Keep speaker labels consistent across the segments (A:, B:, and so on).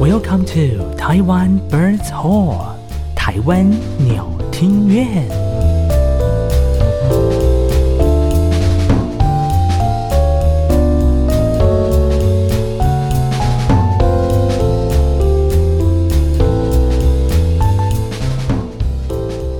A: Welcome to Taiwan Birds Hall，台湾鸟听院。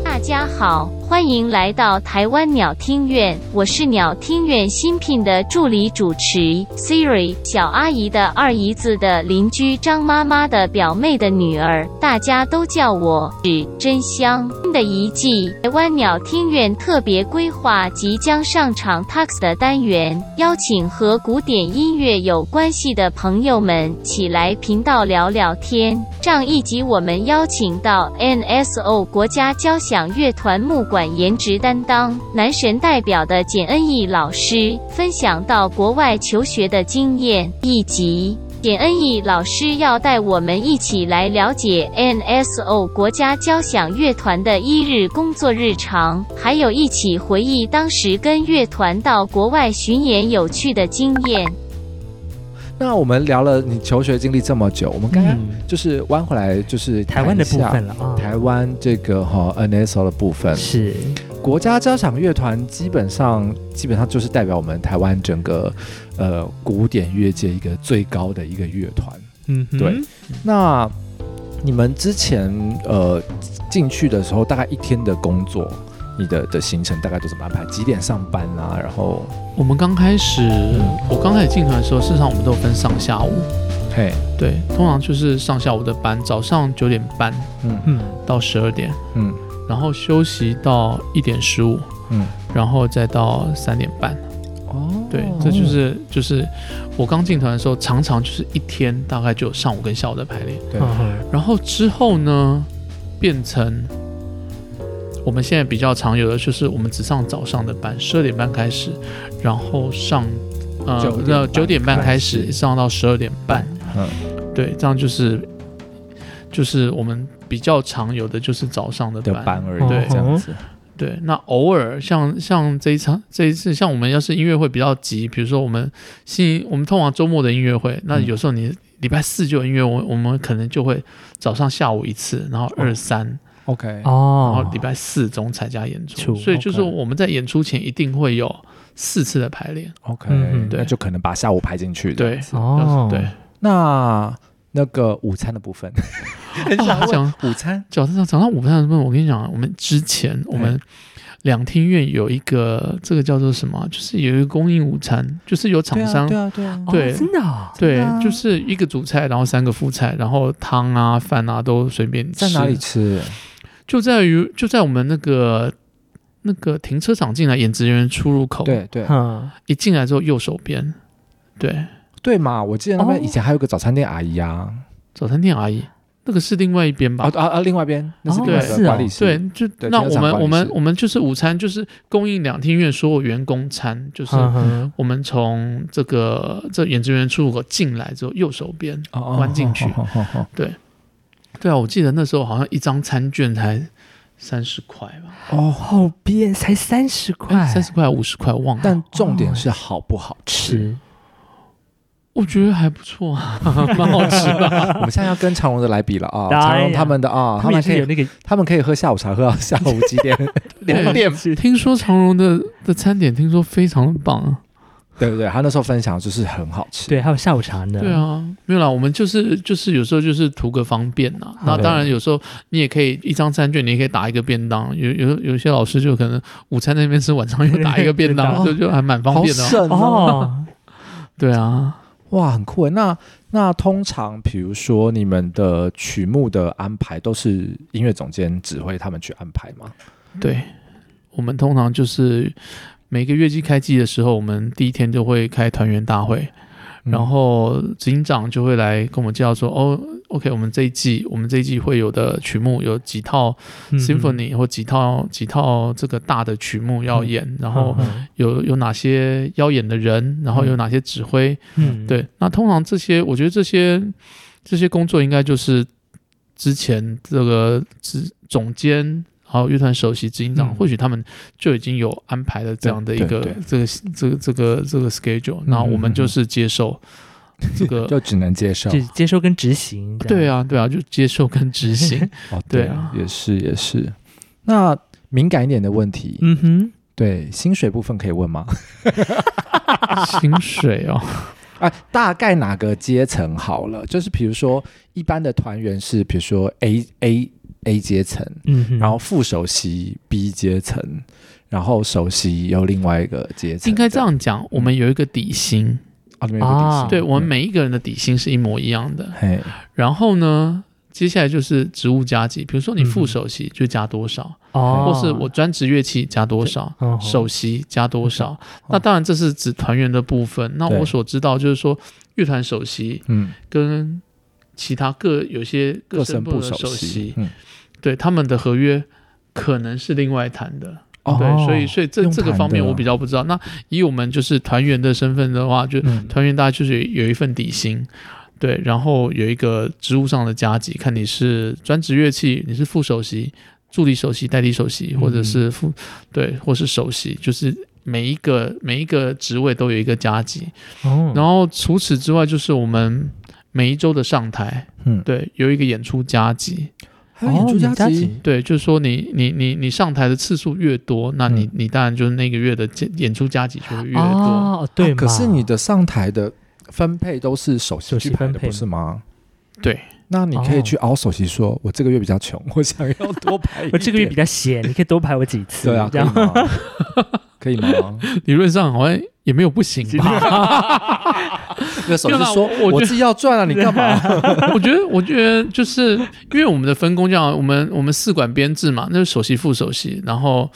B: 大家好，欢迎来到台湾鸟听院，我是鸟听院新聘的助理主持 Siri 小阿姨的二姨子的邻居张妈妈的表妹的女儿，大家都叫我是真香。新的一季台湾鸟听院特别规划即将上场 Tux 的单元，邀请和古典音乐有关系的朋友们起来频道聊聊天。上一集我们邀请到 NSO 国家交响乐团木管颜值担当、男神代表的简恩义老师，分享到国外求学的经验。一集。简恩义老师要带我们一起来了解 NSO 国家交响乐团的一日工作日常，还有一起回忆当时跟乐团到国外巡演有趣的经验。
C: 那我们聊了你求学经历这么久，我们刚刚
A: 嗯
C: 就是弯回来，就是
A: 台湾的部
C: 谈一
A: 分
C: 下
A: 了啊，
C: 台湾这个哈、NSO 的部分，
A: 是
C: 国家交响乐团基本上基本上就是代表我们台湾整个呃古典乐界一个最高的一个乐团。
A: 嗯哼
C: 对那你们之前呃进去的时候，大概一天的工作，你的的行程大概都怎么安排？几点上班啊？然后
D: 我们刚开始，我刚开始进团的时候，事实上我们都有分上下午，
C: 嘿，
D: 对，通常就是上下午的班，早上九点半
C: 嗯
A: 嗯
D: 到十二点，
C: 嗯
D: 然后休息到一点十五，
C: 嗯，
D: 然后再到三点半。
C: 哦
D: 对，这就是就是我刚进团的时候，常常就是一天大概就有上午跟下午的排练，
C: 对
A: 嗯
D: 然后之后呢，变成我们现在比较常有的就是我们只上早上的班，十二点半开始，然后上呃
C: 9点半
D: 那九点半开
C: 开始
D: 始上到十二点半，
C: 嗯
D: 对，这样就是就是我们比较常有的就是早上的
C: 的
D: 班。
C: 班而
A: 对
C: 已，这样子。
D: 对，那偶尔像像这一场这一次，像我们要是音乐会比较急，比如说我们新我们通常周末的音乐会，那
C: 嗯
D: 有时候你礼拜四就有音乐，我我们可能就会早上下午一次，然后
C: 哦
D: 二三，
C: OK，
D: 然后
A: 哦
D: 礼拜四中才加演
A: 出
D: 出，所以就是
C: ，OK
D: 我们在演出前一定会有四次的排练，
C: OK，、
A: 嗯
C: 那就可能把下午排进去。，
D: 对，
A: 哦
D: 对，
C: 那那个午餐的部分， 很
D: 哦
C: 想问、
D: 讲
C: 午餐。
D: 早上早上午饭的部分，我跟你讲，我们之
C: 哎
D: 前我们两厅院有一个这个叫做什么啊，就是有一个供应午餐，就是有厂商
C: 对啊，对啊，对啊
A: 哦
D: 对
A: 真的啊
D: 对
C: 啊，
D: 就是一个主菜，然后三个副菜，然后汤啊、饭啊都随便吃。
C: 在哪里？吃？
D: 就在于就在我们那个那个停车场进来演职员出入口，
C: 对对
A: 嗯
D: 一进来之后右手边，对，
C: 对嘛！我记得那边
A: 哦
C: 以前还有个早餐店阿姨啊，
D: 早餐店阿姨，那个是另外一边吧？
C: 啊啊啊！另外一边那是
A: 哦
C: 另外一
A: 是
C: 个
A: 哦
C: 管理室，
D: 对，就
C: 对
D: 那
C: 停车
D: 我
C: 场
D: 们
C: 管理
D: 我们
C: 室
D: 我们就是午餐，就是供应两厅院所有员工餐，就是
A: 嗯哼
D: 我们从这个这演职员出入口进来之后右手边，
C: 哦，哦
D: 关进去
C: 哦哦哦哦
D: 对啊，我记得那时候好像一张餐券才三十块吧。
C: 哦哦
A: 后边才三十块，
D: 哎三十块五十块忘了，
C: 但重点是好不好
A: 哦
C: 吃？
A: 是
D: 我觉得还不错啊，蛮好吃的。
C: 我们现在要跟长荣的来比了啊！
A: 当然
C: 长荣他们的啊，
A: 他
C: 他
A: 们也
C: 们
A: 是
C: 可
A: 哦有
C: 以，
A: 那个
C: 他们可以喝下午茶，喝到下午几 点？ 两点
D: 听说长荣的的餐点听说非常的棒啊。
C: 对对对，他那时候分享就是很好吃。
A: 对，还有下午茶呢，
D: 对啊，没有啦，我们就是就是有时候就是图个方便呐。
A: 好
D: 那当然有时候你也可以一张餐券，你也可以打一个便当。有有有些老师就可能午餐那边吃，晚上又打一个便当，
C: 对
D: 就就还蛮方
C: 好
D: 便的啊。
C: 省哦！
A: 哦，
D: 对啊，
C: 哇，很酷诶。欸那那通常比如说你们的曲目的安排都是音乐总监指挥他们去安排吗？
A: 嗯
D: 对，我们通常就是每个月季开季的时候，我们第一天就会开团员大会。
A: 嗯
D: 然后执行长就会来跟我们介绍说，哦，OK，我们这一季我们这一季会有的曲目有几套
A: 嗯
D: symphony、或几套几套这个大的曲目要演，然后
A: 嗯
D: 有有哪些要演的人，然后有哪些指挥，
A: 嗯
D: 对，那通常这些我觉得这些这些工作应该就是之前这个执总监。还有乐团首席执行长，
A: 嗯
D: 或许他们就已经有安排了这样的一
C: 对
D: 个
C: 对对
D: 这个这个这个这个 schedule，那我们就是接受这 个
C: 就只能接受
A: 就。接收跟执行。
D: 对
A: 啊，
D: 啊，对啊，就接受跟执行。
C: 哦，
D: 对
C: 对
D: 啊
C: 也是也是。那敏感一点的问题，
A: 嗯哼，
C: 对薪水部分可以问吗？
D: 薪水哦，
C: 啊，大概哪个阶层好了？就是比如说，一般的团员是比如说 A A A 阶层，
A: 嗯哼，
C: 然后副首席 B 阶层，然后首席有另外一个阶层，
D: 应该这样讲，我们有一个底薪，
C: 啊，里面有个底薪
A: 啊
D: 对我们每一个人的底薪是一模一样的。
C: 嘿，
D: 然后呢，接下来就是职务加级，比如说你
A: 嗯
D: 副首席就加多少，
A: 哦，
D: 或是我专职乐器加多少，
A: 哦
D: 首席加多少。那当然这是指团员的部分。那
C: 嗯对
D: 我所知道就是说，乐团首席
C: 嗯，
D: 跟其他各有些
C: 各
D: 各
C: 省
D: 省
C: 部
D: 部的首
C: 席
D: 席，，
C: 嗯，
D: 对他们的合约可能是另外谈的。
C: 哦
D: 对，所以所以这
C: 用
D: 这个
C: 谈
D: 方面
C: 的
D: 我比较不知道。那以我们就是团员的身份的话，就
A: 嗯
D: 团员大家就是有有一份底薪，对，然后有一个职务上的加级，看你是专职乐器，你是副首席、助理首席、代理首席，或者是副、对，或是首席，就是每一个每一个职位都有一个加级。
A: 哦，
D: 然后除此之外，就是我们每一周的上台，
C: 嗯
D: 对，有一个演出加级，
C: 还有演出
A: 哦
C: 加
A: 加
C: 级
A: 级，
D: 对，就是说你你你你上台的次数越多，那你、
C: 嗯
D: 你当然就是那个月的加演出加级就会越多。
A: 哦，对
C: 啊
A: 嘛，
C: 可是你的上台的分配都是首席
A: 首
C: 去
A: 席
C: 排的，
A: 分配
C: 不是吗？
D: 对，
C: 那你可以
A: 哦
C: 去熬首席说，我这个月比较穷，我想要多排一点。
A: 我呃这个月比较闲，你可以多排我几次，
C: 对啊，可
A: 这
C: 以
A: 样
C: 吗？可以吗？
D: 理论上好像也没有不行 吧？
C: 那首
D: 没有
C: 席
D: 啦
C: 说，
D: 我
C: 我
D: 我觉得
C: 自己要赚啊，你干嘛？
D: 我觉得，我觉得就是因为我们的分工这样，我们我们四管编制嘛，那是首席、副首席，然后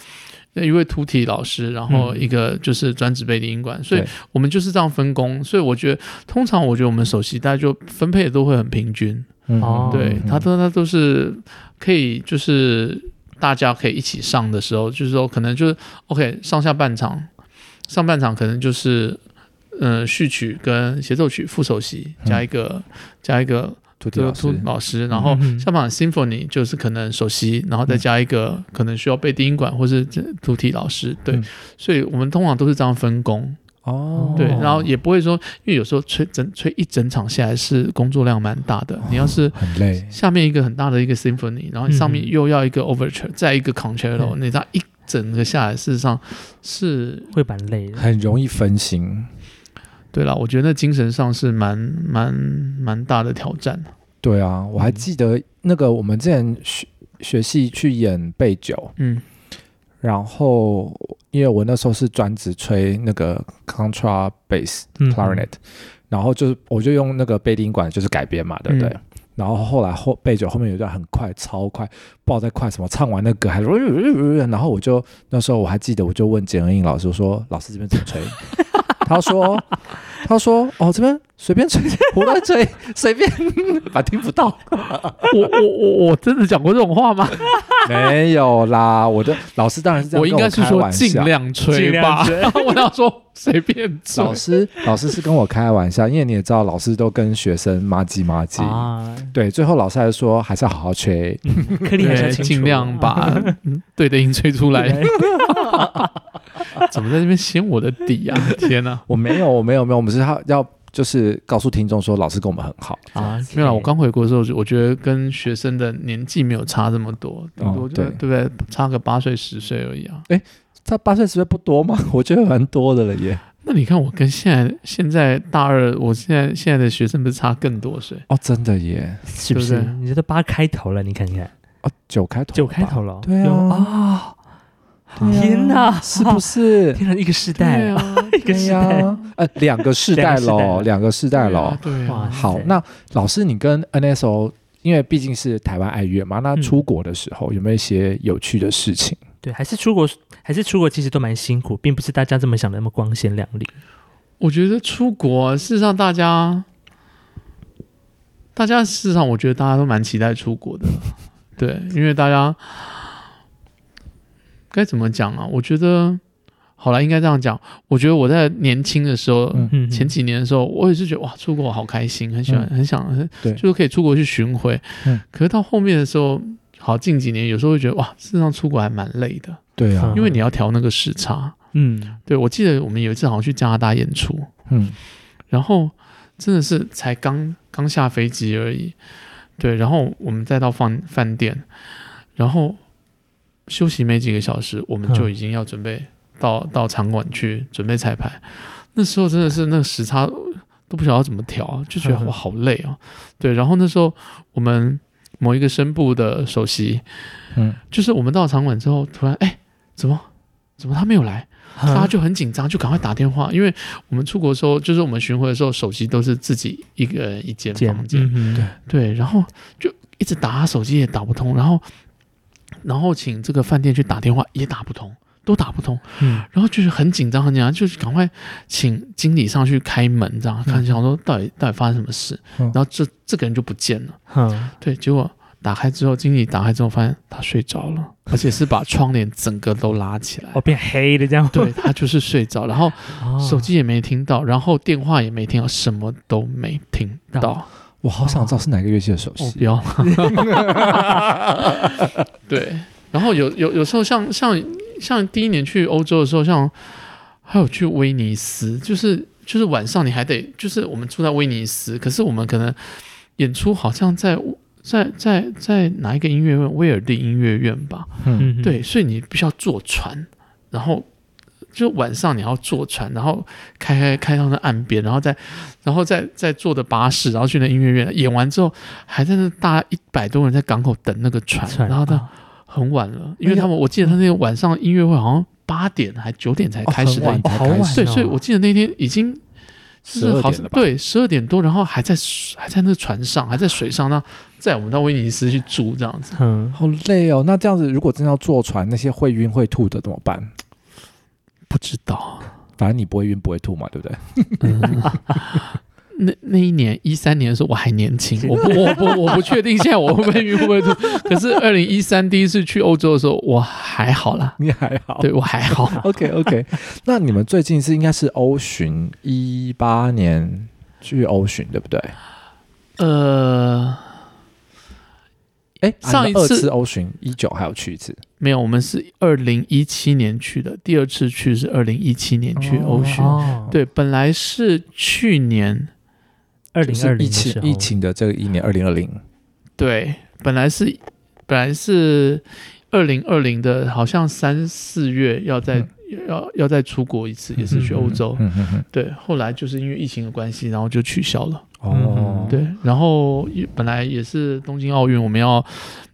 D: 呃一位突体老师，然后
A: 嗯
D: 一个就是专职贝的音管，所以
C: 对
D: 我们就是这样分工。所以我觉得，通常我觉得我们首席大家就分配的都会很平均。
A: 哦
D: 对
C: 嗯，
D: 他都他都是可以，就是大家可以一起上的时候，就是说可能就是 OK 上下半场，上半场可能就是呃序曲跟协奏曲副首席
C: 嗯
D: 加一个、加一个
C: 徒弟
D: 这个
C: 老师
D: 突老师，然后
A: 嗯
D: 下半场 symphony 就是可能首席，然后再加一个可能需要被低音管或是这突体老师，对
C: 嗯，
D: 所以我们通常都是这样分工，
C: 哦，
D: 对，然后也不会说，因为有时候吹整吹一整场下来是工作量蛮大的，你要是。
C: 很累，
D: 下面一个很大的一个 symphony，然后上面
A: 嗯
D: 又要一个 overture，、再一个 concerto，、
A: 嗯
D: 你知道一整个下来，事实上是
A: 会蛮累的。
C: 很容易分心。
D: 对了，我觉得那精神上是蛮蛮蛮大的挑战。
C: 对啊，我还
A: 嗯
C: 记得那个我们之前学学系去演背九，
D: 嗯
C: 然后因为我那时候是专职吹那个 contra bass
A: 嗯
C: clarinet，、然后就是我就用那个贝丁管就是改编嘛，对不对？
D: 嗯
C: 然后后来后贝九后面有一段很快，超快，不知道在快什么，唱完那歌还是，然后我就那时候我还记得，我就问简恩印老师我说：“老师这边怎么吹？” 他说：“他说哦这边随便吹， 胡乱吹，随便， 反正听不到。”
D: 我我我我真的讲过这种话吗？
C: 没有啦，我的老师当然是这样
D: 我应
C: 跟
D: 该
C: 我
D: 是
C: 开
D: 说
C: 玩
D: 尽
C: 笑。
D: 量吹吧，
A: 尽
D: 我要说随便吹。
C: 老师，老师是跟我开玩笑，因为你也知道，老师都跟学生麻吉麻吉。
A: 啊，
C: 对，最后老师还是说还是要好好吹。
A: 颗粒还是要
D: 对，
A: 清楚啊
D: 尽量把嗯对的音吹出来。 怎么在这边掀我的底啊？天哪、
C: 我没有，我没有，没有，我们是要要就是告诉听众说，老师跟我们很好。
A: 啊，
D: 没有啦，我刚回国的时候，我觉得跟学生的年纪没有差这么多，顶多就、
C: 对
D: 对不对？差个八岁十岁而已啊。
C: 他八岁十岁不多吗？ 我觉得蛮多的了耶。
D: 那你看我跟现在现在大二，我现在现在的学生不是差更多岁？
C: 哦，真的耶。
A: 是不是
D: 对不对？
A: 你这都八开头了，你看看
C: 哦，九开头，
A: 九开头。了，
C: 对啊
A: 有啊，
C: 对啊
A: 天哪
C: 是 不是？
A: 天哪，一个世代
D: 对
A: 啊，
D: 啊，
A: 一个
C: 对
A: 世
C: 呀
A: 代，
C: 呃，两个世代
A: 两个世代
C: 喽，
A: 了
C: 两个世代喽。
D: 对啊，对
A: 哇
D: 啊，
C: 好，
A: 对
C: 那老师，你跟 NSO，因为毕竟是台湾爱乐嘛，那
A: 嗯
C: 出国的时候有没有一些有趣的事情？
A: 对，还是出国，还是出国，其实都蛮辛苦，并不是大家这么想的那么光鲜亮丽。
D: 我觉得出国，事实上大家，大家事实上，我觉得大家都蛮期待出国的， 对，因为大家该怎么讲啊？我觉得好了，应该这样讲。我觉得我在年轻的时候，
C: 嗯
A: 嗯，
D: 前几年的时候，我也是觉得哇，出国好开心，很喜欢，很想，很
C: 嗯对
D: 就是可以出国去巡回。
C: 嗯
D: 可是到后面的时候，好近几年，有时候会觉得哇，事实上出国还蛮累的，
C: 对
A: 啊
D: 因为你要调那个时差。
A: 嗯，
D: 对我记得我们有一次好像去加拿大演出，
C: 嗯，
D: 然后真的是才刚刚下飞机而已。对，然后我们再到饭饭店，然后休息没几个小时，我们就已经要准备到、到场馆去准备彩排。那时候真的是那个时差都不晓得怎么调啊，就觉得
C: 嗯
D: 哇好累啊。对，然后那时候我们某一个声部的首席，
C: 嗯，
D: 就是我们到场馆之后，突然哎、怎么怎么他没有来？
C: 嗯
D: 大家就很紧张，就赶快打电话，因为我们出国的时候，就是我们巡回的时候，手机都是自己一个人一间
A: 间
D: 房间，
C: 嗯对，
D: 对，然后就一直打手机也打不通，然后然后请这个饭店去打电话也打不通，都打不通，
C: 嗯
D: 然后就是很紧张很紧张，就是赶快请经理上去开门，这样看想说到底到底发生什么事，
C: 嗯
D: 然后这这个人就不见了，
A: 嗯，
D: 对，结果。打开之后，经理打开之后发现他睡着了，而且是把窗帘整个都拉起来
A: 哦，。变黑的这样，
D: 对他就是睡着，然后
A: 哦，
D: 手机也没听到，然后电话也没听到，什么都没听到。
C: 我好想知道是哪个乐器的首
D: 哦，
C: 席
D: 不。要。 对，然后有有有时候像像像第一年去欧洲的时候，像还有去威尼斯，就是就是晚上你还得就是我们住在威尼斯，可是我们可能演出好像在在在在哪一个音乐院，威尔第音乐院吧。
C: 嗯
A: 嗯，
D: 对，所以你必须要坐船，然后就晚上你要坐船，然后开开开到那岸边，然后再然后再再坐的巴士，然后去那音乐院演完之后，还在那大一百多人在港口等那个船，
A: 算了，
D: 然后到
A: 啊
D: 很晚了，因为他们我记得他那个晚上音乐会好像八点还九点才
C: 哦
D: 开
C: 很
D: 始的
C: 晚哦
A: 哦
C: 才
A: 好
C: 开
A: 晚
C: 始
D: 对，
A: 哦
D: 所以我记得那天已经就是
C: 12
D: 好
C: 点
D: 像
C: 了吧
D: 对十二点多，然后还在还在那船上，还在水上，那载我们到威尼斯去住这样子。
A: 嗯，
C: 好累哦。那这样子，如果真的要坐船，那些会晕会吐的怎么办？
D: 不知道，
C: 反正你不会晕不会吐嘛，对不 对？
D: 嗯， 那那一年一三年的时候我还年轻，我不我不我不确定现在我会不会晕会不会 吐，可是二零一三第一次去欧洲的时候我还好啦，
C: 你还好。
D: 对我还好，
C: OK OK，那你们最近是应该是欧巡一八年去欧巡对不对？
D: 呃，
C: 哎，
D: 上一
C: 你们二
D: 次
C: 次欧巡一九还有去一次，
D: 没有，我们是二零一七年去的，第二次去是二零一七年去欧巡，
A: 哦，
D: 对，本来是去年，
A: 二
C: 就
A: 零二
C: 是
A: 零
C: 疫情疫，情的这个一年二零二零，
D: 对，本来是本来是二零二零的，好像三四月要再、要要再出国一次，也是去欧洲，
C: 嗯嗯嗯
D: 对，后来就是因为疫情的关系，然后就取消了。
C: 哦，
D: 嗯对，然后也本来也是东京奥运，我们要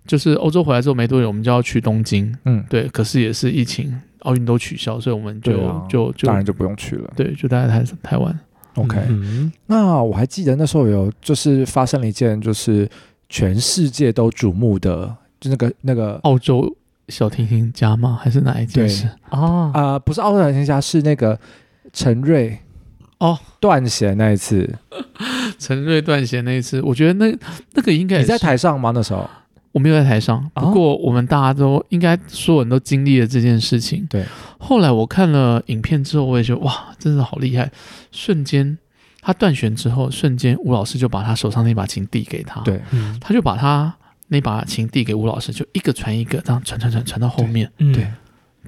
D: 就是欧洲回来之后没多久，我们就要去东京。
C: 嗯，
D: 对，可是也是疫情，奥运都取消，所以我们就、
C: 对啊
D: 就就
C: 当然就不用去了。
D: 对，就待在台台湾。
C: OK，
A: 嗯
C: 那我还记得那时候有就是发生了一件就是全世界都瞩目的，就那个那个
D: 澳洲小提琴家吗？还是哪一件
C: 对
D: 事？
A: 哦，
C: 啊、不是澳洲人家是那个陈瑞
D: 哦
C: 断弦那一次，
D: 陈瑞断弦那一次，我觉得那那个应该也
C: 你在
D: 是啊
C: 台上吗？那时候
D: 我没有在台上，
A: 哦
D: 不过我们大家都应该所有人都经历了这件事情。
C: 对，
D: 后来我看了影片之后，我也觉得哇，真的好厉害！瞬间他断弦之后，瞬间吴老师就把他手上那把琴递给他，，
C: 对，
A: 嗯
D: 他就把他那把琴递给吴老师，就一个传一个，这样传传传传到后面。
A: 嗯
C: 对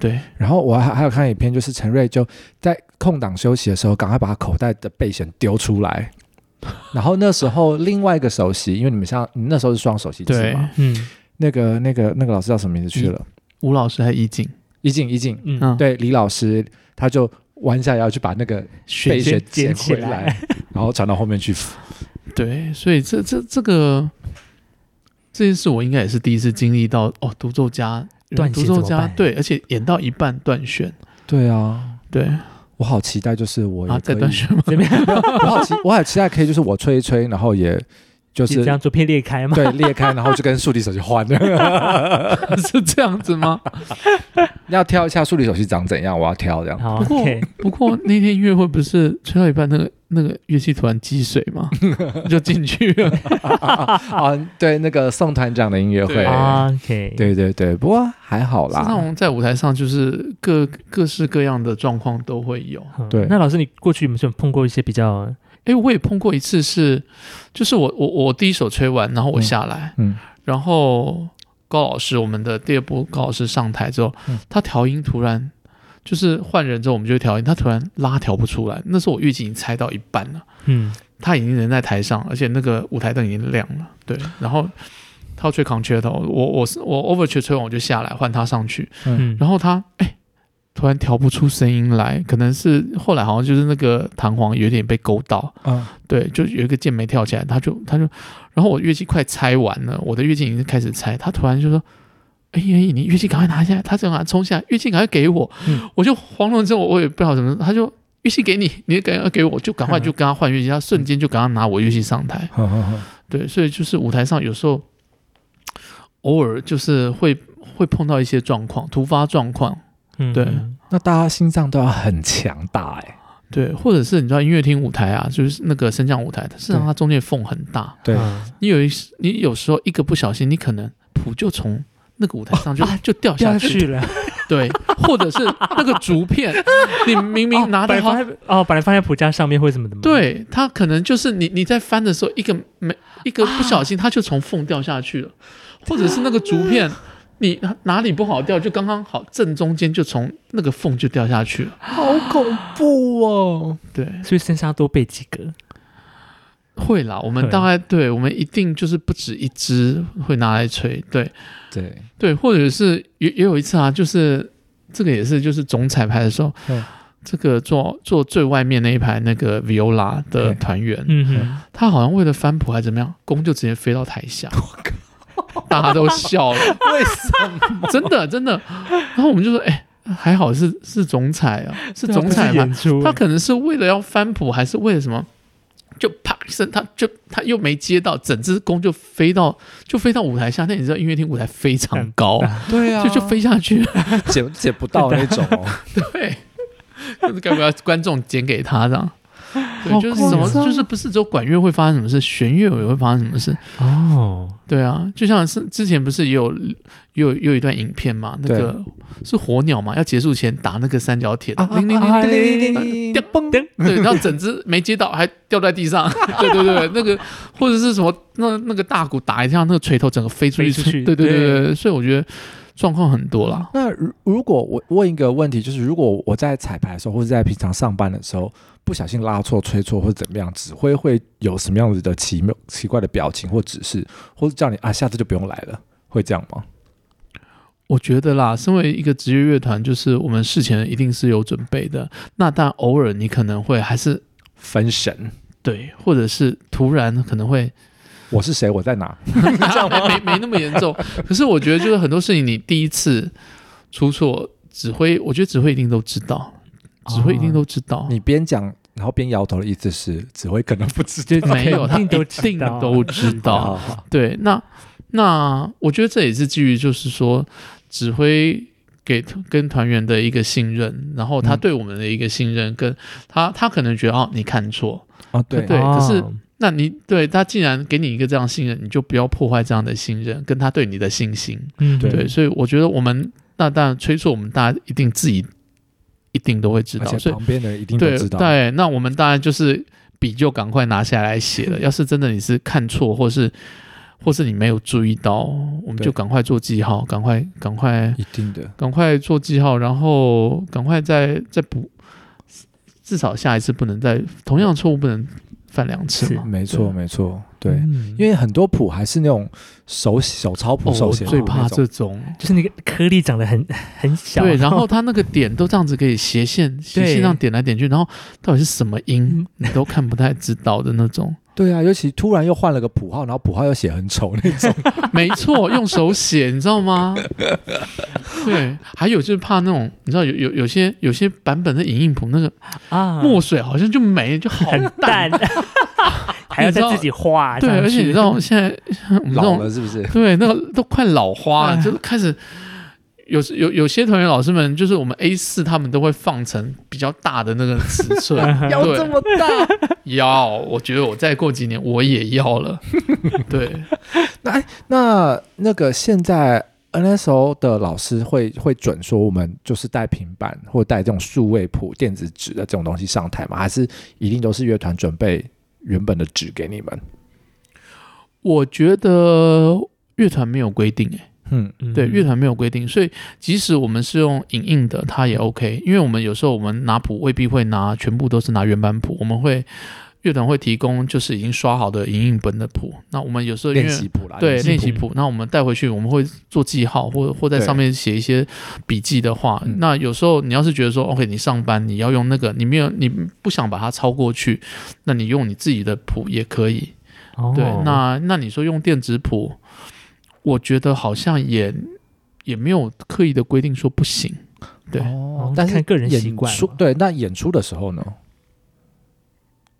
D: 对，
C: 然后我还还有看影片，就是陈瑞就在空档休息的时候，赶快把他口袋的备弦丢出来。然后那时候另外一个首席，因为你们像你那时候是双首席制
D: 对
C: 嘛，
A: 嗯
C: 那个那个那个老师叫什么名字去了？
D: 吴老师还一景，
C: 一静一静，
A: 嗯
D: 嗯，，
C: 对，李老师他就弯下腰去把那个
D: 弦
C: 备弦
A: 捡起
C: 回来， 然后传到后面去。
D: 对，所以这这这个这件事，我应该也是第一次经历到哦，独奏家
A: 断弦
D: 独奏
A: 怎么
D: 家
A: 办
D: 对，而且演到一半断弦，
C: 对啊，
D: 对
C: 我好期待，就是我也
D: 啊，再
C: 可以
D: 断弦 吗？
A: 怎么样？
C: 我好期，我好期待可以就是我吹一吹，然后也就
A: 就是这样竹片裂开吗？
C: 对裂开，然后就跟竖笛手去换。
D: 是这样子吗？
C: 要挑一下竖笛手是长怎样，我要挑这样。
A: 好
D: 不过
A: ，OK，
D: 不过那天音乐会不是吹到一半，那个那个乐器突然积水 嘛，就进去了。
C: 啊，对，那个宋团长的音乐会
D: 对，
A: ，OK，，
C: 对对对，不过还好
D: 事实上，我
C: 啦。
D: 们在舞台上就是各各式各样的状况都会有。
C: 对
A: 那老师，你过去有没有碰过一些比较
D: 诶，我也碰过一次是，就是我我我第一首吹完，然后我下来，
C: 嗯，
D: 然后高老师我们的第二波高老师上台之后，
C: 嗯
D: 他调音突然就是换人之后我们就会调音，他突然拉调不出来，那时候我预计已经猜到一半了，
C: 嗯，
D: 他已经人在台上，而且那个舞台灯已经亮了，对，然后他要吹 concerto，我我是我 overture 吹完我就下来换他上去，
A: 嗯，
D: 然后他哎，突然调不出声音来，可能是后来好像就是那个弹簧有点被勾到，
C: 啊，
D: 对，就有一个键没跳起来，他就他就，然后我乐器快拆完了，我的乐器已经开始拆，他突然就说。哎呀，你乐器赶快拿下来！他正要冲下来，乐器赶快给我，
C: 嗯
D: 我就慌乱之后，我也不知道怎么，他就乐器给你，你赶快给我，就赶快就跟他换乐器，他瞬间就赶快拿我乐器上台。
C: 好好好，
D: 对，所以就是舞台上有时候偶尔就是会会碰到一些状况，突发状况，
A: 嗯
D: 对
C: 那大家心脏都要很强大哎、
D: 对，或者是你知道音乐厅舞台啊，就是那个升降舞台，它事实上它中间缝很大，
C: 对
A: 嗯
D: 你有一你有时候一个不小心，你可能谱就从那个舞台上就、就掉
A: 啊掉下
D: 下去，
A: 去了。
D: 对，或者是那个 竹片，你明明拿
A: 本
D: 到
A: 来放
D: 它
A: 在哦，本来放在谱架上面会什么的吗？，
D: 对，它可能就是你你在翻的时候，一个没一个不小心，它就从缝掉下去了，或者是那个竹片，
A: 啊
D: 你哪里不好掉，就刚刚好正中间就从那个缝就掉下去了。
A: 好恐怖哦！
D: 对，
A: 所以身上多备几个。
D: 会啦，我们
A: 对
D: 大概对我们一定就是不止一支会拿来吹，对
C: 对，
D: 对，或者是也也有一次啊，就是这个也是就是总彩排的时候
C: 嗯，
D: 这个坐坐最外面那一排那个 viola 的
C: 对
D: 团员，
A: 嗯哼，
D: 他好像为了翻谱还怎么样，弓就直接飞到台下，大家都笑了，
C: 为什么？
D: 真的真的。然后我们就说，哎、还好是是总彩啊，是
A: 对啊
D: 总
A: 不是
D: 彩嘛
A: 演，出
D: 他可能是为了要翻谱，还是为了什么？就啪一声，他就他又没接到，整只弓就飞到就飞到舞台下。那你知道音乐厅舞台非常高，
C: 对啊，
D: 就就飞 下去了。
C: 解解不到那种哦。
D: 对，就是该不要观众捡给他这样？
A: 好
D: 对，就是什
A: 夸
D: 么，
A: 张
D: 就是不是只有管乐会发生什么事，弦乐也会发生什么事。
A: 哦，
D: 对啊，就像是之前不是也有也有也有一段影片嘛，那个是火鸟嘛，要结束前打那个三角铁，铃铃铃，
C: 叮嘣叮，
D: 对，然后整只没接到，还掉在地 上。对对对，那个或者是什么，那那个大鼓打一下，那个锤头整个飞出去。
A: 飞出去
D: 对对对
A: 对
D: 对对，所以我觉得状况很多啦。
C: 那如如果我问一个问题，就是如果我在彩排的时候，或者在平常上班的时候，不小心拉错、吹错或者怎么样，指挥会有什么样子的奇妙、奇怪的表情或指示，或者叫你啊，下次就不用来了，会这样吗？
D: 我觉得啦，身为一个职业乐团，就是我们事前一定是有准备的。那但偶尔你可能会还是
C: 分神，
D: 对，或者是突然可能会
C: 我是谁？我在哪？
D: 没没那么严重。可是我觉得就是很多事情你第一次出错，指挥我觉得指挥一定都知道，指挥一定都知道。
C: 你边讲然后边摇头的意思是，指挥可能不知道。
D: 没有，他
A: 肯定都知道
D: 定都知 道。
C: 好
D: 对，那那我觉得这也是基于就是说指挥。给跟团员的一个信任，然后他
C: 嗯
D: 对我们的一个信任，跟他他可能觉得哦，你看错，
C: 啊，对
D: 对
A: 哦
D: 可是那你对他既然给你一个这样信任，你就不要破坏这样的信任，跟他对你的信心。
A: 嗯，
C: 对
D: 对，所以我觉得我们那当然催促我们大家一定自己一定都会知
C: 而
D: 道，
C: 且
D: 所以
C: 旁边的人一定都
D: 对
C: 知道。
D: 对，那我们当然就是笔就赶快拿下来写 了。要是真的你是看错，或是或是你没有注意到，我们
C: 对
D: 就赶快做记号，赶快赶快
C: 一定的。
D: 赶快做记号，然后赶快再再补，至少下一次不能再同样错误不能犯两次
A: 是
D: 嘛。
C: 没错，
D: 对，
C: 没错，对，
A: 嗯
C: 因为很多谱还是那种手手抄谱、
D: 哦，
C: 手
D: 我
C: 写谱
D: 最怕
C: 那
D: 这
C: 种，
D: 种。
A: 就是那个颗粒长得很 很小，
D: 对，然后它那个点都这样子可以斜线斜线上点来点去，然后到底是什么 音，你都看不太知道的那种。
C: 对啊，尤其突然又换了个谱号，然后谱号又写很丑那 种，
D: 没错，用手写，你知道 吗？对，还有就是怕那种，你知道有有有些有些版本的影印谱那个
A: 啊，
D: 墨水好像就没，就好
A: 很
D: 嗯淡。
A: 淡， 还要再自己画上
D: 对，
A: 去，
D: 而且你知道现在我们
C: 老
D: 这种
C: 了是不是？
D: 对，那个都快老花了，就是开始有有有些团员老师们，就是我们 A 四他们都会放成比较大的那个尺寸， 要这么大？ 要，我觉得我再过几年我也要了。对，
C: 那哎，那那个现在 NSO 的老师会会准说我们就是带平板或带这种数位谱、电子纸的这种东西上台吗？还是一定都是乐团准备原本的纸给你们？
D: 我觉得乐团没有规定、欸，
C: 嗯
A: 嗯
D: 对，乐团没有规定，所以即使我们是用影印的，它也 OK，因为我们有时候我们拿谱未必会拿全部都是拿原版谱，我们会乐团会提供就是已经刷好的影印本的谱，那我们有时候因
C: 练
D: 为
C: 习谱啦，
D: 对练习
A: 谱
D: 谱，那我们带回去我们会做记号，或或在
C: 对
D: 上面写一些笔记的话
C: 嗯，
D: 那有时候你要是觉得说 OK，你上班你要用那个，你没有你不想把它抄过去，那你用你自己的谱也可以，
A: 哦
D: 对，那那你说用电子谱，我觉得好像也也没有刻意的规定说不行。对
C: 哦
A: 哦，
C: 但是
A: 看个人习
C: 演
A: 惯
C: 出
A: 嘛
C: 对，那演出的时候呢，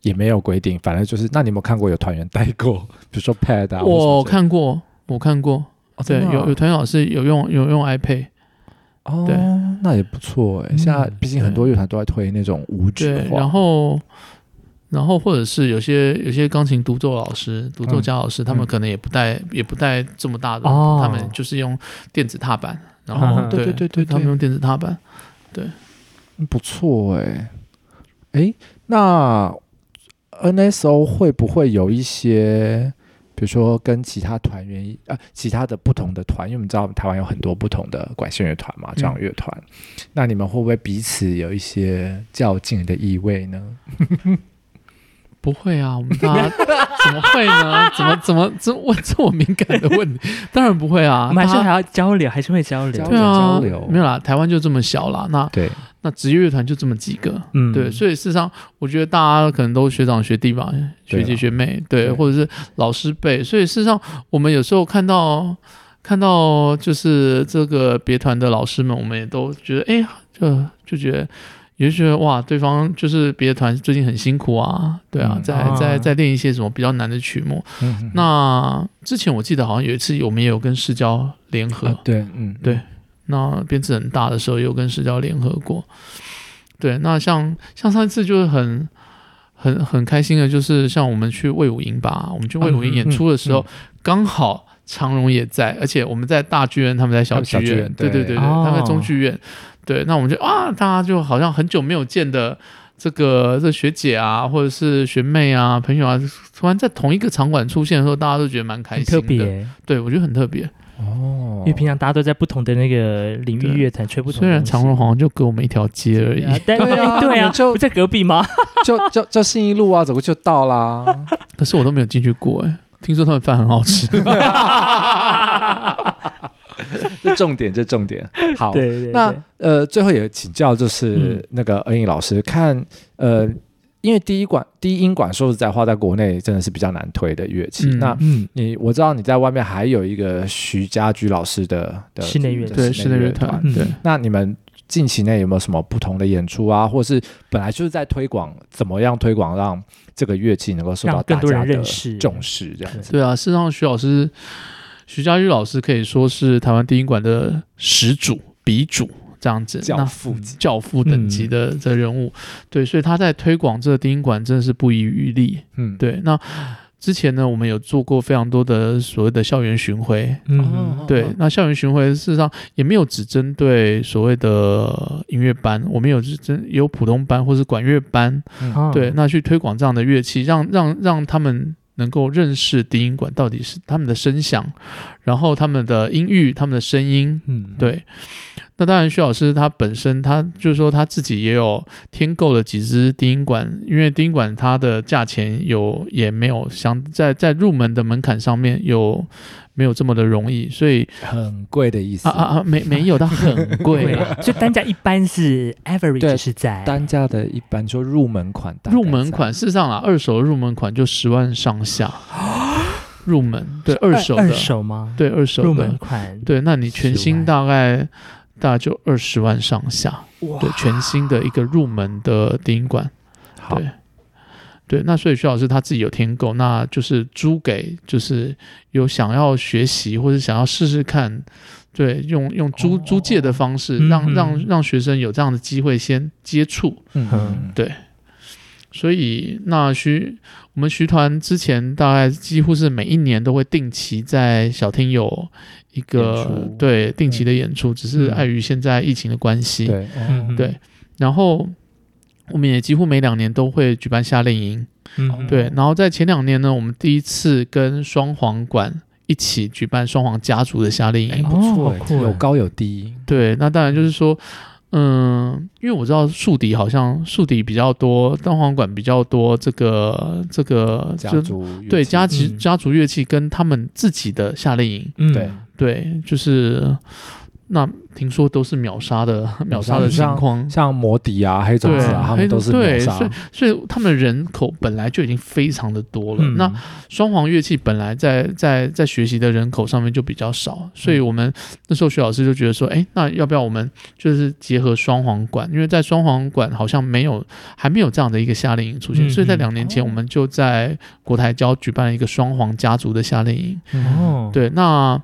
C: 也没有规定，反正就是，那你有没有看过有团员带过，比如说 pad 啊？
D: 我
C: 或者什么
D: 看过，我看过，
C: 之类
D: 对
C: 哦的，，啊
D: 有有团员老师有用有用 iPad，
C: 哦，
D: 对
C: 那也不错哎。
A: 嗯
C: 现在毕竟很多乐团都在推那种无纸
D: 对，
C: 化，
D: 然后然后或者是有些有些钢琴独奏老师、独奏家老师，他们
C: 嗯
D: 可能也不带也不带这么大的，
A: 哦
D: 他们就是用电子踏板，然
A: 啊
D: 后
C: 对对
D: 对
C: 对对
D: 他们用电子踏板。
C: 嗯不错哎。哎，那 NSO 会不会有一些？比如说跟其他团员一呃，其他的不同的团，因为我们知道台湾有很多不同的管弦乐团
D: 嗯
C: 嘛，这样乐团，那你们会不会彼此有一些较劲的意味呢？
D: 不会啊，我们大家 怎么会呢？怎么怎么这问这么敏感的问题？ 当然不会啊，
A: 我们还是还
D: 大家
A: 要交流，还是会交流
C: 交。
D: 对啊，
C: 交流
D: 没有啦，台湾就这么小啦，那
C: 对，
D: 那职业乐团就这么几个。
A: 嗯
D: 对，所以事实上，我觉得大家可能都学长学弟吧，
C: 对啊
D: 学姐学妹，对，
C: 对
D: 或者是老师辈。所以事实上，我们有时候看到看到就是这个别团的老师们，我们也都觉得，哎呀，就就觉得。也就觉得哇，对方就是别的团最近很辛苦啊，对啊，
C: 嗯
D: 在
A: 啊
D: 在在练一些什么比较难的曲目。
C: 嗯
D: 那之前我记得好像有一次我们也有跟世交联合，
C: 啊对，嗯
D: 对那编制很大的时候，也有跟世交联合过。对，那像像上一次就是很很很开心的，就是像我们去魏武营吧，我们去魏武营
C: 嗯嗯
D: 演出的时候，刚、好长荣也在，而且我们在大剧院，他们在小剧
C: 他们小剧院
D: 对
C: 对
D: 对对对，
A: 哦
D: 他们在中剧院。对，那我们就啊，大家就好像很久没有见的。这个这学姐啊，或者是学妹啊、朋友啊，突然在同一个场馆出现的时候，大家都觉得蛮开
A: 很
D: 心的。
A: 特别，
D: 对我觉得很特别。
C: 哦
A: 因为平常大家都在不同的那个领域
D: 对
A: 乐坛吹不同
D: 虽
A: 的
D: 然
A: 东西。
D: 长荣好像就隔我们一条街而已，
A: 啊 但
C: 对啊
A: 对啊，
C: 我就
A: 不在隔壁吗？
C: 就就就信义路啊，走过就到啦。
D: 可是我都没有进去过哎、听说他们饭很 好吃。
C: 这重点，这重点。好，
A: 对对对，
C: 那呃，最后也请教就是
A: 嗯
C: 那个恩颖老师，看呃，因为第一管第一音管说实在话，在国内真的是比较难推的乐器。
D: 嗯
C: 那
A: 嗯，
C: 你我知道你在外面还有一个徐家驹老师的的
A: 室内乐
C: 的
D: 对，
C: 室
D: 室
C: 内
D: 内
C: 乐
D: 乐
C: 团
D: 团，
A: 嗯
D: 对，
C: 那你们近期内有没有什么不同的演出啊，或是本来就是在推广，怎么样推广让这个乐器能够受到
A: 让
C: 大
A: 更多
C: 家
A: 人
C: 的
A: 认识
C: 重视？这样子，
D: 对啊。事实上，徐老师，徐家玉老师可以说是台湾低音管的始祖、鼻祖这样子，
C: 教
D: 那
C: 父级
D: 教父等级的这人物。对，所以他在推广这个低音管真的是不遗余力。
C: 嗯，
D: 对，那之前呢，我们有做过非常多的所谓的校园巡回，
C: 哦
A: 嗯，
D: 对，那校园巡回事实上也没有只针对所谓的音乐班，我们有是针也有普通班或是管乐班，
A: 啊
D: 对，那去推广这样的乐器，让让让他们能够认识低音管到底是他们的声响，然后他们的音域、他们的声音。
A: 嗯，
D: 对，那当然，徐老师他本身他就是说他自己也有添购了几支低音管，因为低音管它的价钱有也没有相在在入门的门槛上面有没有这么的容易，所以
C: 很贵的意思
D: 啊啊啊，没没有，它很贵
A: 对。，所以单价一般是 average
C: 对
A: 是在
C: 单价的一般说入门款，大概
D: 入门款，事实上啦，二手的入门款就十万 上下。入门对二手的，
A: 二手吗？
D: 对二手
A: 入门
D: 的，
A: 款，
D: 对，那你全
A: 10万
D: 新大概大概就二十万上下，
A: 哇
D: 对，全新的一个入门的低音管，
C: 在好
D: 对对，那所以徐老师他自己有添购，那就是租给就是有想要学习或者想要试试看，对，用用租、
C: 哦
D: 租借的方式，
A: 嗯
D: 让
A: 嗯
D: 让让学生有这样的机会先接触，
C: 嗯
A: 嗯
D: 对所以那徐我们徐团之前大概几乎是每一年都会定期在小厅有一
C: 演
D: 个
C: 出
D: 对定期的演出，只是
A: 嗯
D: 碍于现在疫情的关系，
C: 对哦
A: 嗯
D: 对然后我们也几乎每两年都会举办夏令营，
A: 嗯
D: 对，然后在前两年呢，我们第一次跟双簧管。一起举办双簧家族的夏令营。
A: 哦
C: 不
A: 好
C: 错、欸，
A: 酷欸
C: 有高有低，
D: 对，那当然就是说，嗯，因为我知道宿敌好像宿敌比较多，单簧管比较多，这个这个
C: 家
D: 就
C: 族乐
D: 对
C: 器
D: 家族
A: 嗯
D: 家族乐器跟他们自己的夏令营，
A: 嗯
C: 对
D: 对，就是那听说都是秒杀的 秒杀的情况。
C: 像摩迪啊、黑种
D: 对
C: 子啊，，他
D: 黑
C: 们都是秒
D: 对，所
C: 杀。
D: 以所以他们人口本来就已经非常的多了。
A: 嗯
D: 那双簧乐器本来在在在学习的人口上面就比较少，所以我们那时候徐老师就觉得说，哎、那要不要我们就是结合双簧管？因为在双簧管好像没有还没有这样的一个夏令营出现，
A: 嗯
D: 所以在
A: 嗯
D: 两年前
A: 哦
D: 我们就在国台交举办了一个双簧家族的夏令营。
C: 嗯
A: 哦，
D: 对，那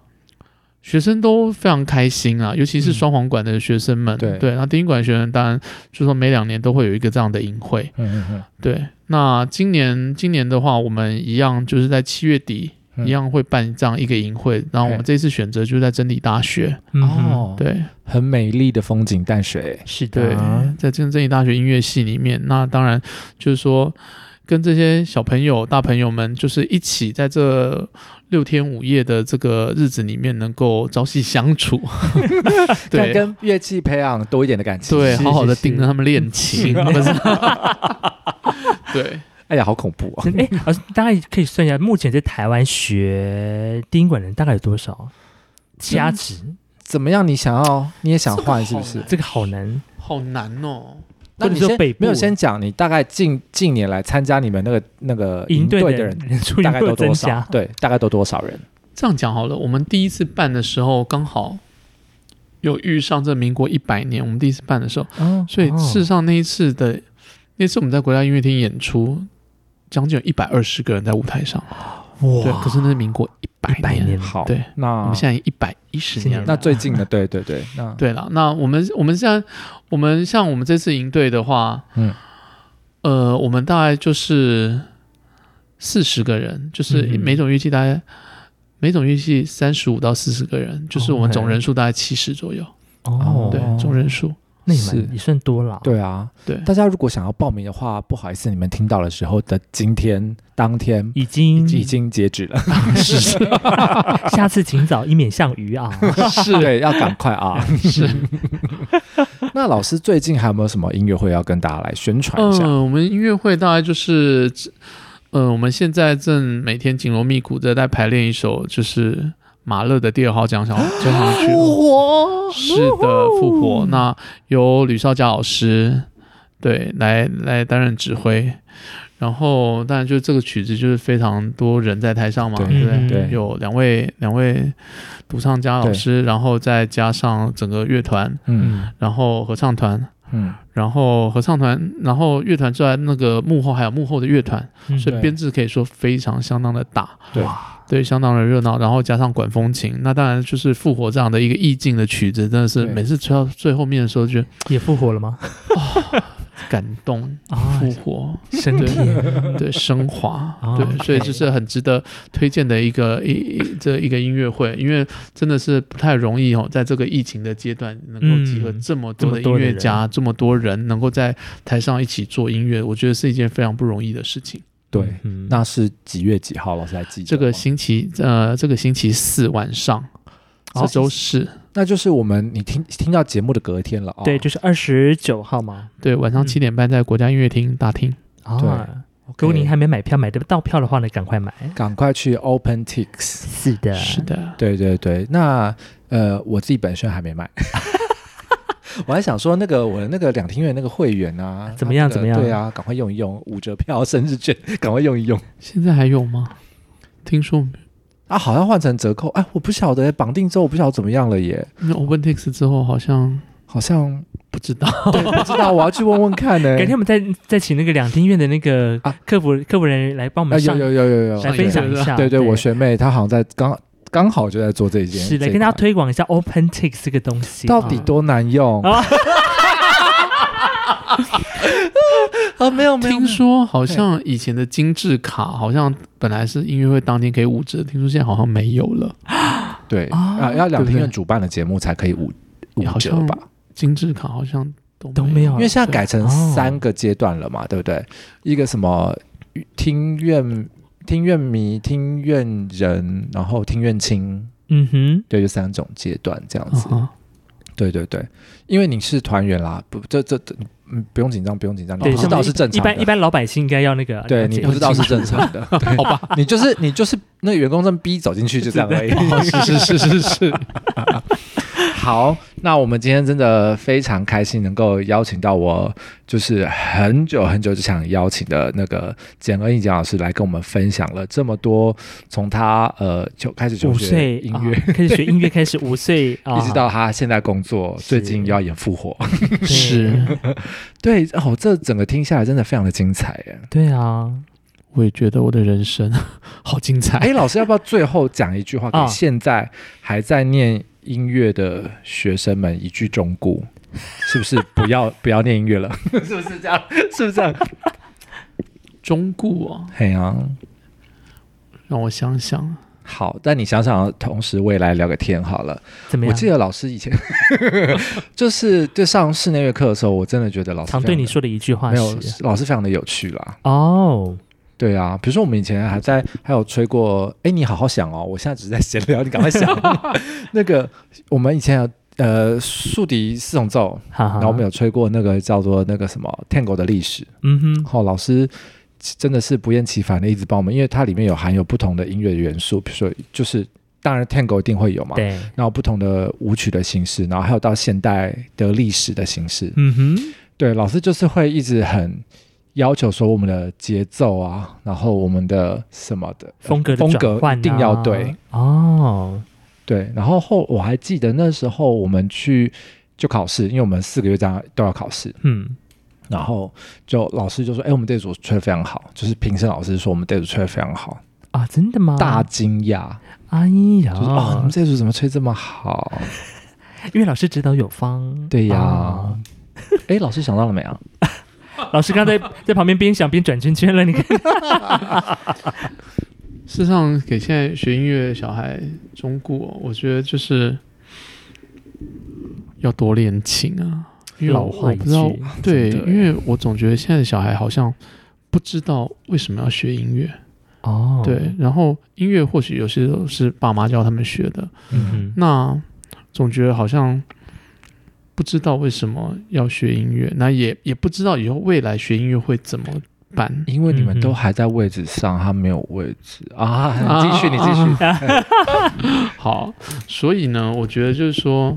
D: 学生都非常开心啊，尤其是
A: 嗯
D: 双簧管的学生们。
C: 对
D: 对，那低音管学生当然就说每两年都会有一个这样的营会。
C: 嗯嗯
D: 对，那今年今年的话，我们一样就是在七月底。
C: 嗯
D: 一样会办这样一个营会，然后我们
C: 嘿
D: 这次选择就在真理大学，
A: 嗯
C: 嗯，
A: 哼，
C: 哦，，
D: 对
C: 很美丽的风景淡水，
A: 是的，
D: 对，在真真理大学音乐系里面，那当然就是说跟这些小朋友、大朋友们，就是一起在这六天五夜的这个日子里面，能够朝夕相处，
C: 但
D: 对。
C: 跟乐器培养多一点的感情。
D: 对，
A: 是
D: 好好的
A: 是
D: 盯着他们练琴，不是 对，
C: 哎呀，好恐怖哦！
A: 真哎，老师大概可以算一下，目前在台湾学低音管的人大概有多少？加值
C: 怎么样？你想要，你也想换是不
D: 这
C: 是
D: 个好？
A: 这个好难，
D: 好难哦。
C: 那
A: 或者
C: 你先
A: 说北部
C: 没有先讲，你大概近近年来参加你们那个那个
A: 营
C: 队
A: 队
C: 的人，
A: 人数
C: 大
A: 有
C: 概
A: 没有
C: 都
A: 增
C: 多少
A: 加？？
C: 对，大概都多少人？
D: 这样讲好了，我们第一次办的时候刚好有遇上这民国一百年，我们第一次办的时候，
A: 哦
D: 所以
A: 哦
D: 事实上那一次的那次我们在国家音乐厅演出，将近有一百二十个人在舞台上，对，可
A: 哇，
D: 是那是民国一百
A: 一百年，
C: 好，
D: 对，
C: 那
D: 我们现在一百一十年了，
C: 那最近的，对对对，那
D: 对了，那我们我们现在我们像我们这次营队的话，
C: 嗯，
D: 呃，我们大概就是四十个人，就是
A: 嗯哼
D: 每种乐器大概、每种乐器三十五到四十个人，就是我们
A: OK
D: 总人数大概七十左右，
A: 哦，
D: 对，总人数
A: 那也
C: 是
A: 蛮也算多了，，
C: 对啊，
D: 对
C: 大家如果想要报名的话，不好意思，你们听到的时候的今天当天
A: 已经
C: 已经截止了，
D: 是
A: 下次请早，以免像鱼啊。
C: 是，对，要赶快啊！ 是。那老师最近还有没有什么音乐会要跟大家来宣传一下？
D: 嗯，我们音乐会大概就是，呃，我们现在正每天紧锣密鼓的在排练一首就是马勒的第二号交响交响曲。
C: 哦
A: 活
D: 是的，复活。那由吕少佳老师对来来担任指挥，然后当然就这个曲子就是非常多人在台上嘛，
C: 对
D: 对不对？
C: 对
D: 有两位两位独唱家老师，然后再加上整个乐团，
C: 嗯
A: 嗯，
D: 然后合唱团。
C: 嗯，
D: 然后合唱团，然后乐团之外，那个幕后还有幕后的乐团，
A: 嗯
D: 所
C: 对
D: 以编制可以说非常相当的大。
C: 对
A: 哇，
D: 对，相当的热闹，然后加上管风琴，那当然就是复活这样的一个意境的曲子，真的是
C: 对
D: 每次吹到最后面的时候，就
A: 也复活了吗？
D: 感动、
A: 啊
D: 复活、
A: 升 天，
D: 对升华，
A: 哦
D: 对，
A: OK
D: 所以就是很值得推荐的一个一一这一个音乐会，因为真的是不太容易哦，在这个疫情的阶段能够集合
A: 嗯
D: 这么多的
A: 这么多
D: 音
A: 的
D: 乐家、这么多人能够在台上一起做音乐，我觉得是一件非常不容易的事情。
C: 对。
A: 嗯
C: 那是几月几号？老师还记得
D: 这个
C: 吗
D: 星期呃，这个星期四晚上，
C: 哦
D: 这周四。
C: 那就是我们你听听到节目的隔天了啊、
A: 对，就是二十九号嘛。
D: 对，
A: 嗯
D: 晚上七点半在国家音乐厅大厅。
A: 啊，
C: OK，
A: 如果您还没买票，买得到票的话呢，赶快买。
C: 赶快去 OpenTix。
A: 是的，
D: 是的，
C: 对对对，那呃，我自己本身还 没买，我还想说那个我的那个两厅院那个会员啊，
A: 怎么样
C: 他
A: 怎
C: 那个
A: 么样
C: 对啊，赶快用一用，五折票 生日券，赶快用一用
D: 现在还有吗？听说
C: 啊！好像换成折扣，哎，我不晓得绑定之后我不晓得怎么样了耶，
D: 那 OpenTix 之后好像
C: 好像
D: 不 知道。
C: 对不知道，我要去问问看呢、哎
A: 改天我们再再请那个两厅院的那个
C: 啊
A: 客服客服人员来帮我们
C: 啊，有
A: 上
C: 有有有有，
A: 来分享一下。
C: 对对，我学妹她好像在刚刚好就在做这一件，
A: 是来
C: 这一
A: 跟大家
C: 款
A: 推广一下 OpenTix 这个东西。
C: 到底多难用
A: 啊
C: 啊？啊没有没有，
D: 听说好像以前的精致卡，好像本来是音乐会当天可以五折，听说现在好像没有了。
C: 对
A: 啊
C: 啊，要两
D: 对不
C: 厅
D: 对
C: 院主办的节目才可以五五
D: 好
C: 折
D: 像
C: 吧？
D: 精致卡好像啊都
A: 都没有
C: 因
A: 了
C: 为现在改成
A: 对哦
C: 三个阶段了嘛，对不对？一个什么听院听乐迷、听乐人，然后听乐清，
A: 嗯哼，
C: 对，就三种阶段这样
D: 嗯
C: 子。
D: 哼
C: 对对对，因为你是团员啦，不，这这这，嗯，不用紧张，不用紧张，
A: 对，
C: 你不知道是正
A: 一
C: 常的。
A: 般一般老百姓应该要那个，
C: 对
A: 了解哦
C: 你不知道是正常的，好吧？你就是你就是那个员工证逼走进去就这样而已。
D: 哦，是是是是是，
C: 好，那我们今天真的非常开心，能够邀请到我，就是很久很久就想邀请的那个简恩义简老师来跟我们分享了这么多，从他呃就开始求
A: 五
C: 学
A: 岁
C: 音乐，
A: 啊开始学音乐，开始五岁 啊，
C: 一直到他现在工作，
A: 是
C: 最近要演复活。
A: 对
D: 是，
C: 对哦，这整个听下来真的非常的精彩耶。
A: 对啊，
D: 我也觉得我的人生 好精 彩
C: 哎，。老师要不要最后讲一句话
A: 啊
C: 给现在还在念音乐的学生们一句忠告？是不是不要 不要念音乐了？是不是这样？是不是这样？
D: 中固啊，
C: 嘿啊，
D: 让我想想，
C: 好，但你想想，同时未来聊个天好了。
A: 怎么
C: 我
A: 样？
C: 记得老师以前 就是对上室内乐课的时候，我真的觉得老师
A: 常
C: 非
A: 对
C: 常
A: 你
C: 的
A: 说的一句话
C: 没有
A: 是，
C: 老师非常的有趣啦。
A: 哦，
C: 对啊，比如说我们以前还在还有吹过，哎，你好好想哦，我现在只是在闲聊，你赶 快想。那个我们以前有呃竖笛四重奏，
A: 哈哈，
C: 然后我们有吹过那个叫做那个什么探狗的历史，
A: 嗯哼，
C: 后、哦老师真的是不厌其烦的一直帮我们，因为它里面有含有不同的音乐元素，比如说就是当然 tango 一定会有嘛，
A: 对，
C: 然后不同的舞曲的形式，然后还有到现代的历史的形式，
A: 嗯哼，
C: 对，老师就是会一直很要求说我们的节奏啊，然后我们的什么的呃
A: 风格的
C: 风
A: 转
C: 格
A: 换啊
C: 一定要对
A: 哦，
C: 对，然后后我还记得那时候我们去就考试，因为我们四个月这样都要考试，
A: 嗯，
C: 然后就老师就说：“哎、我们这组吹得非常好。”就是评审老师说我们这组吹得非常好，
A: 啊，真的吗？
C: 大惊讶，
A: 哎呀
C: 就是、哦，你们这组怎么吹这么好？
A: 因为老师指导有方，
C: 对呀，哎、 哎
A: 啊
C: 老师想到了没啊有？
A: 老师刚才 在旁边边想边转圈圈了，你 看，
D: 事实上给现在学音乐的小孩中固、哦，我觉得就是要多练琴啊。因为
A: 老
D: 我
A: 话
D: 我
A: 一
D: 不知道
A: 句，
D: 对，
C: 真的
D: 因为我总觉得现在的小孩好像不知道为什么要学音乐。
A: 哦，
D: 对，，然后音乐或许有些时候是爸妈教他们学的，
A: 嗯哼，
D: 那总觉得好像不知道为什么要学音乐，那也也不知道以后未来学音乐会怎么办。
C: 因为你们都还在位置上，他没有位置啊！你继续，你继续。
D: 好，所以呢，我觉得就是说，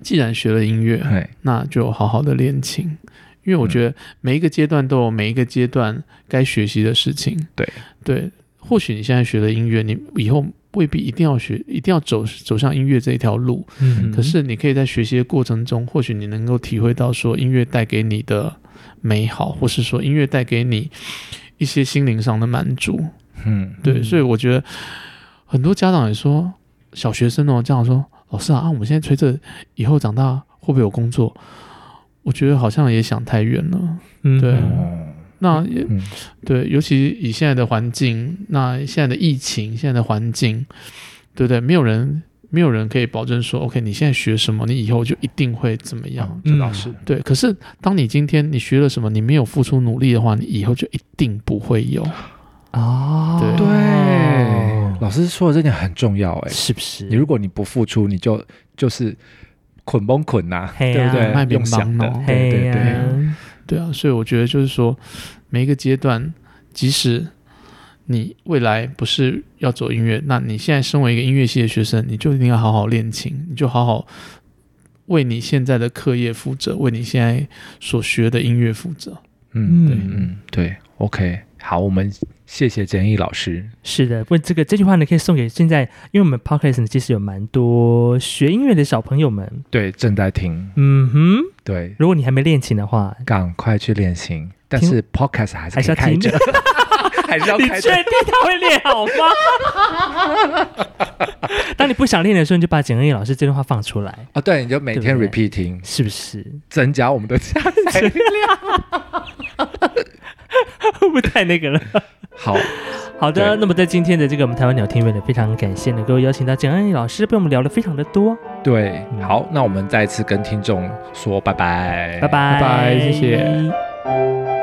D: 既然学了音乐，
C: 嘿，
D: 那就好好的练琴，因为我觉得每一个阶段都有每一个阶段该学习的事情。
C: 对
D: 对，或许你现在学了音乐，你以后未必一定要学，一定要走走上音乐这一条路。
A: 嗯哼
D: 可是你可以在学习的过程中，或许你能够体会到说音乐带给你的美好，或是说音乐带给你一些心灵上的满足。
C: 嗯，
D: 对，
A: 嗯
D: 所以我觉得很多家长也说，小学生哦，家长说，老师啊，啊我们现在吹着，以后长大会不会有工作？我觉得好像也想太远了。
A: 嗯
D: 对
A: 哼
C: 哦，
D: 那也、
C: 嗯
D: 对，尤其以现在的环境，那现在的疫情，现在的环境，对不对？没有人，没有人可以保证说，OK，你现在学什么，你以后就一定会怎么样。
C: 这倒是，
D: 对，可是当你今天你学了什么，你没有付出努力的话，你以后就一定不会有。
A: 哦，
D: 对
C: 对，老师说的这点很重要哎。
A: 是不是？
C: 你如果你不付出，你就就是捆绷捆呐，
A: 嘿
C: 对
A: 呀
C: 不对？
D: 卖
C: 用
D: 乒
C: 想
D: 乓
C: 的
D: 哦，
C: 对
A: 嘿
C: 对
A: 哎呀
C: 对。
D: 对啊，所以我觉得就是说，每一个阶段，即使你未来不是要走音乐，那你现在身为一个音乐系的学生，你就一定要好好练琴，你就好好为你现在的课业负责，为你现在所学的音乐负责。
C: 嗯
A: 嗯
C: 嗯嗯，对，OK，好，我们谢谢简易老师，
A: 是的，不，这个这句话呢，可以送给现在，因为我们 podcast 呢其实有蛮多学音乐的小朋友们。
C: 对，正在听，
A: 嗯哼，
C: 对，
A: 如果你还没练琴的话，
C: 赶快去练琴，但
A: 听
C: 是 Podcast 还
A: 嗯
C: 是
A: 还是要
C: 可以开
A: 听
C: 着， 还是要
A: 你
C: 开着
A: 确，定他会练好吗？ 当你不想练的时候，你就把简恩义老师这段话放出来，
C: 啊，对，你就每天
A: 对不
C: repeat 听，
A: 是不 是？
C: 增加我们的 加载量。
A: 会不会太那个了？
C: 好，
A: 好的，
C: 对
A: 那么在今天的这个我们台湾鸟听院呢，非常感谢能够邀请到简恩义老师，被我们聊得非常的多，
C: 对，
A: 嗯
C: 好，那我们再次跟听众说拜拜，
A: 拜拜，
D: 拜拜谢谢。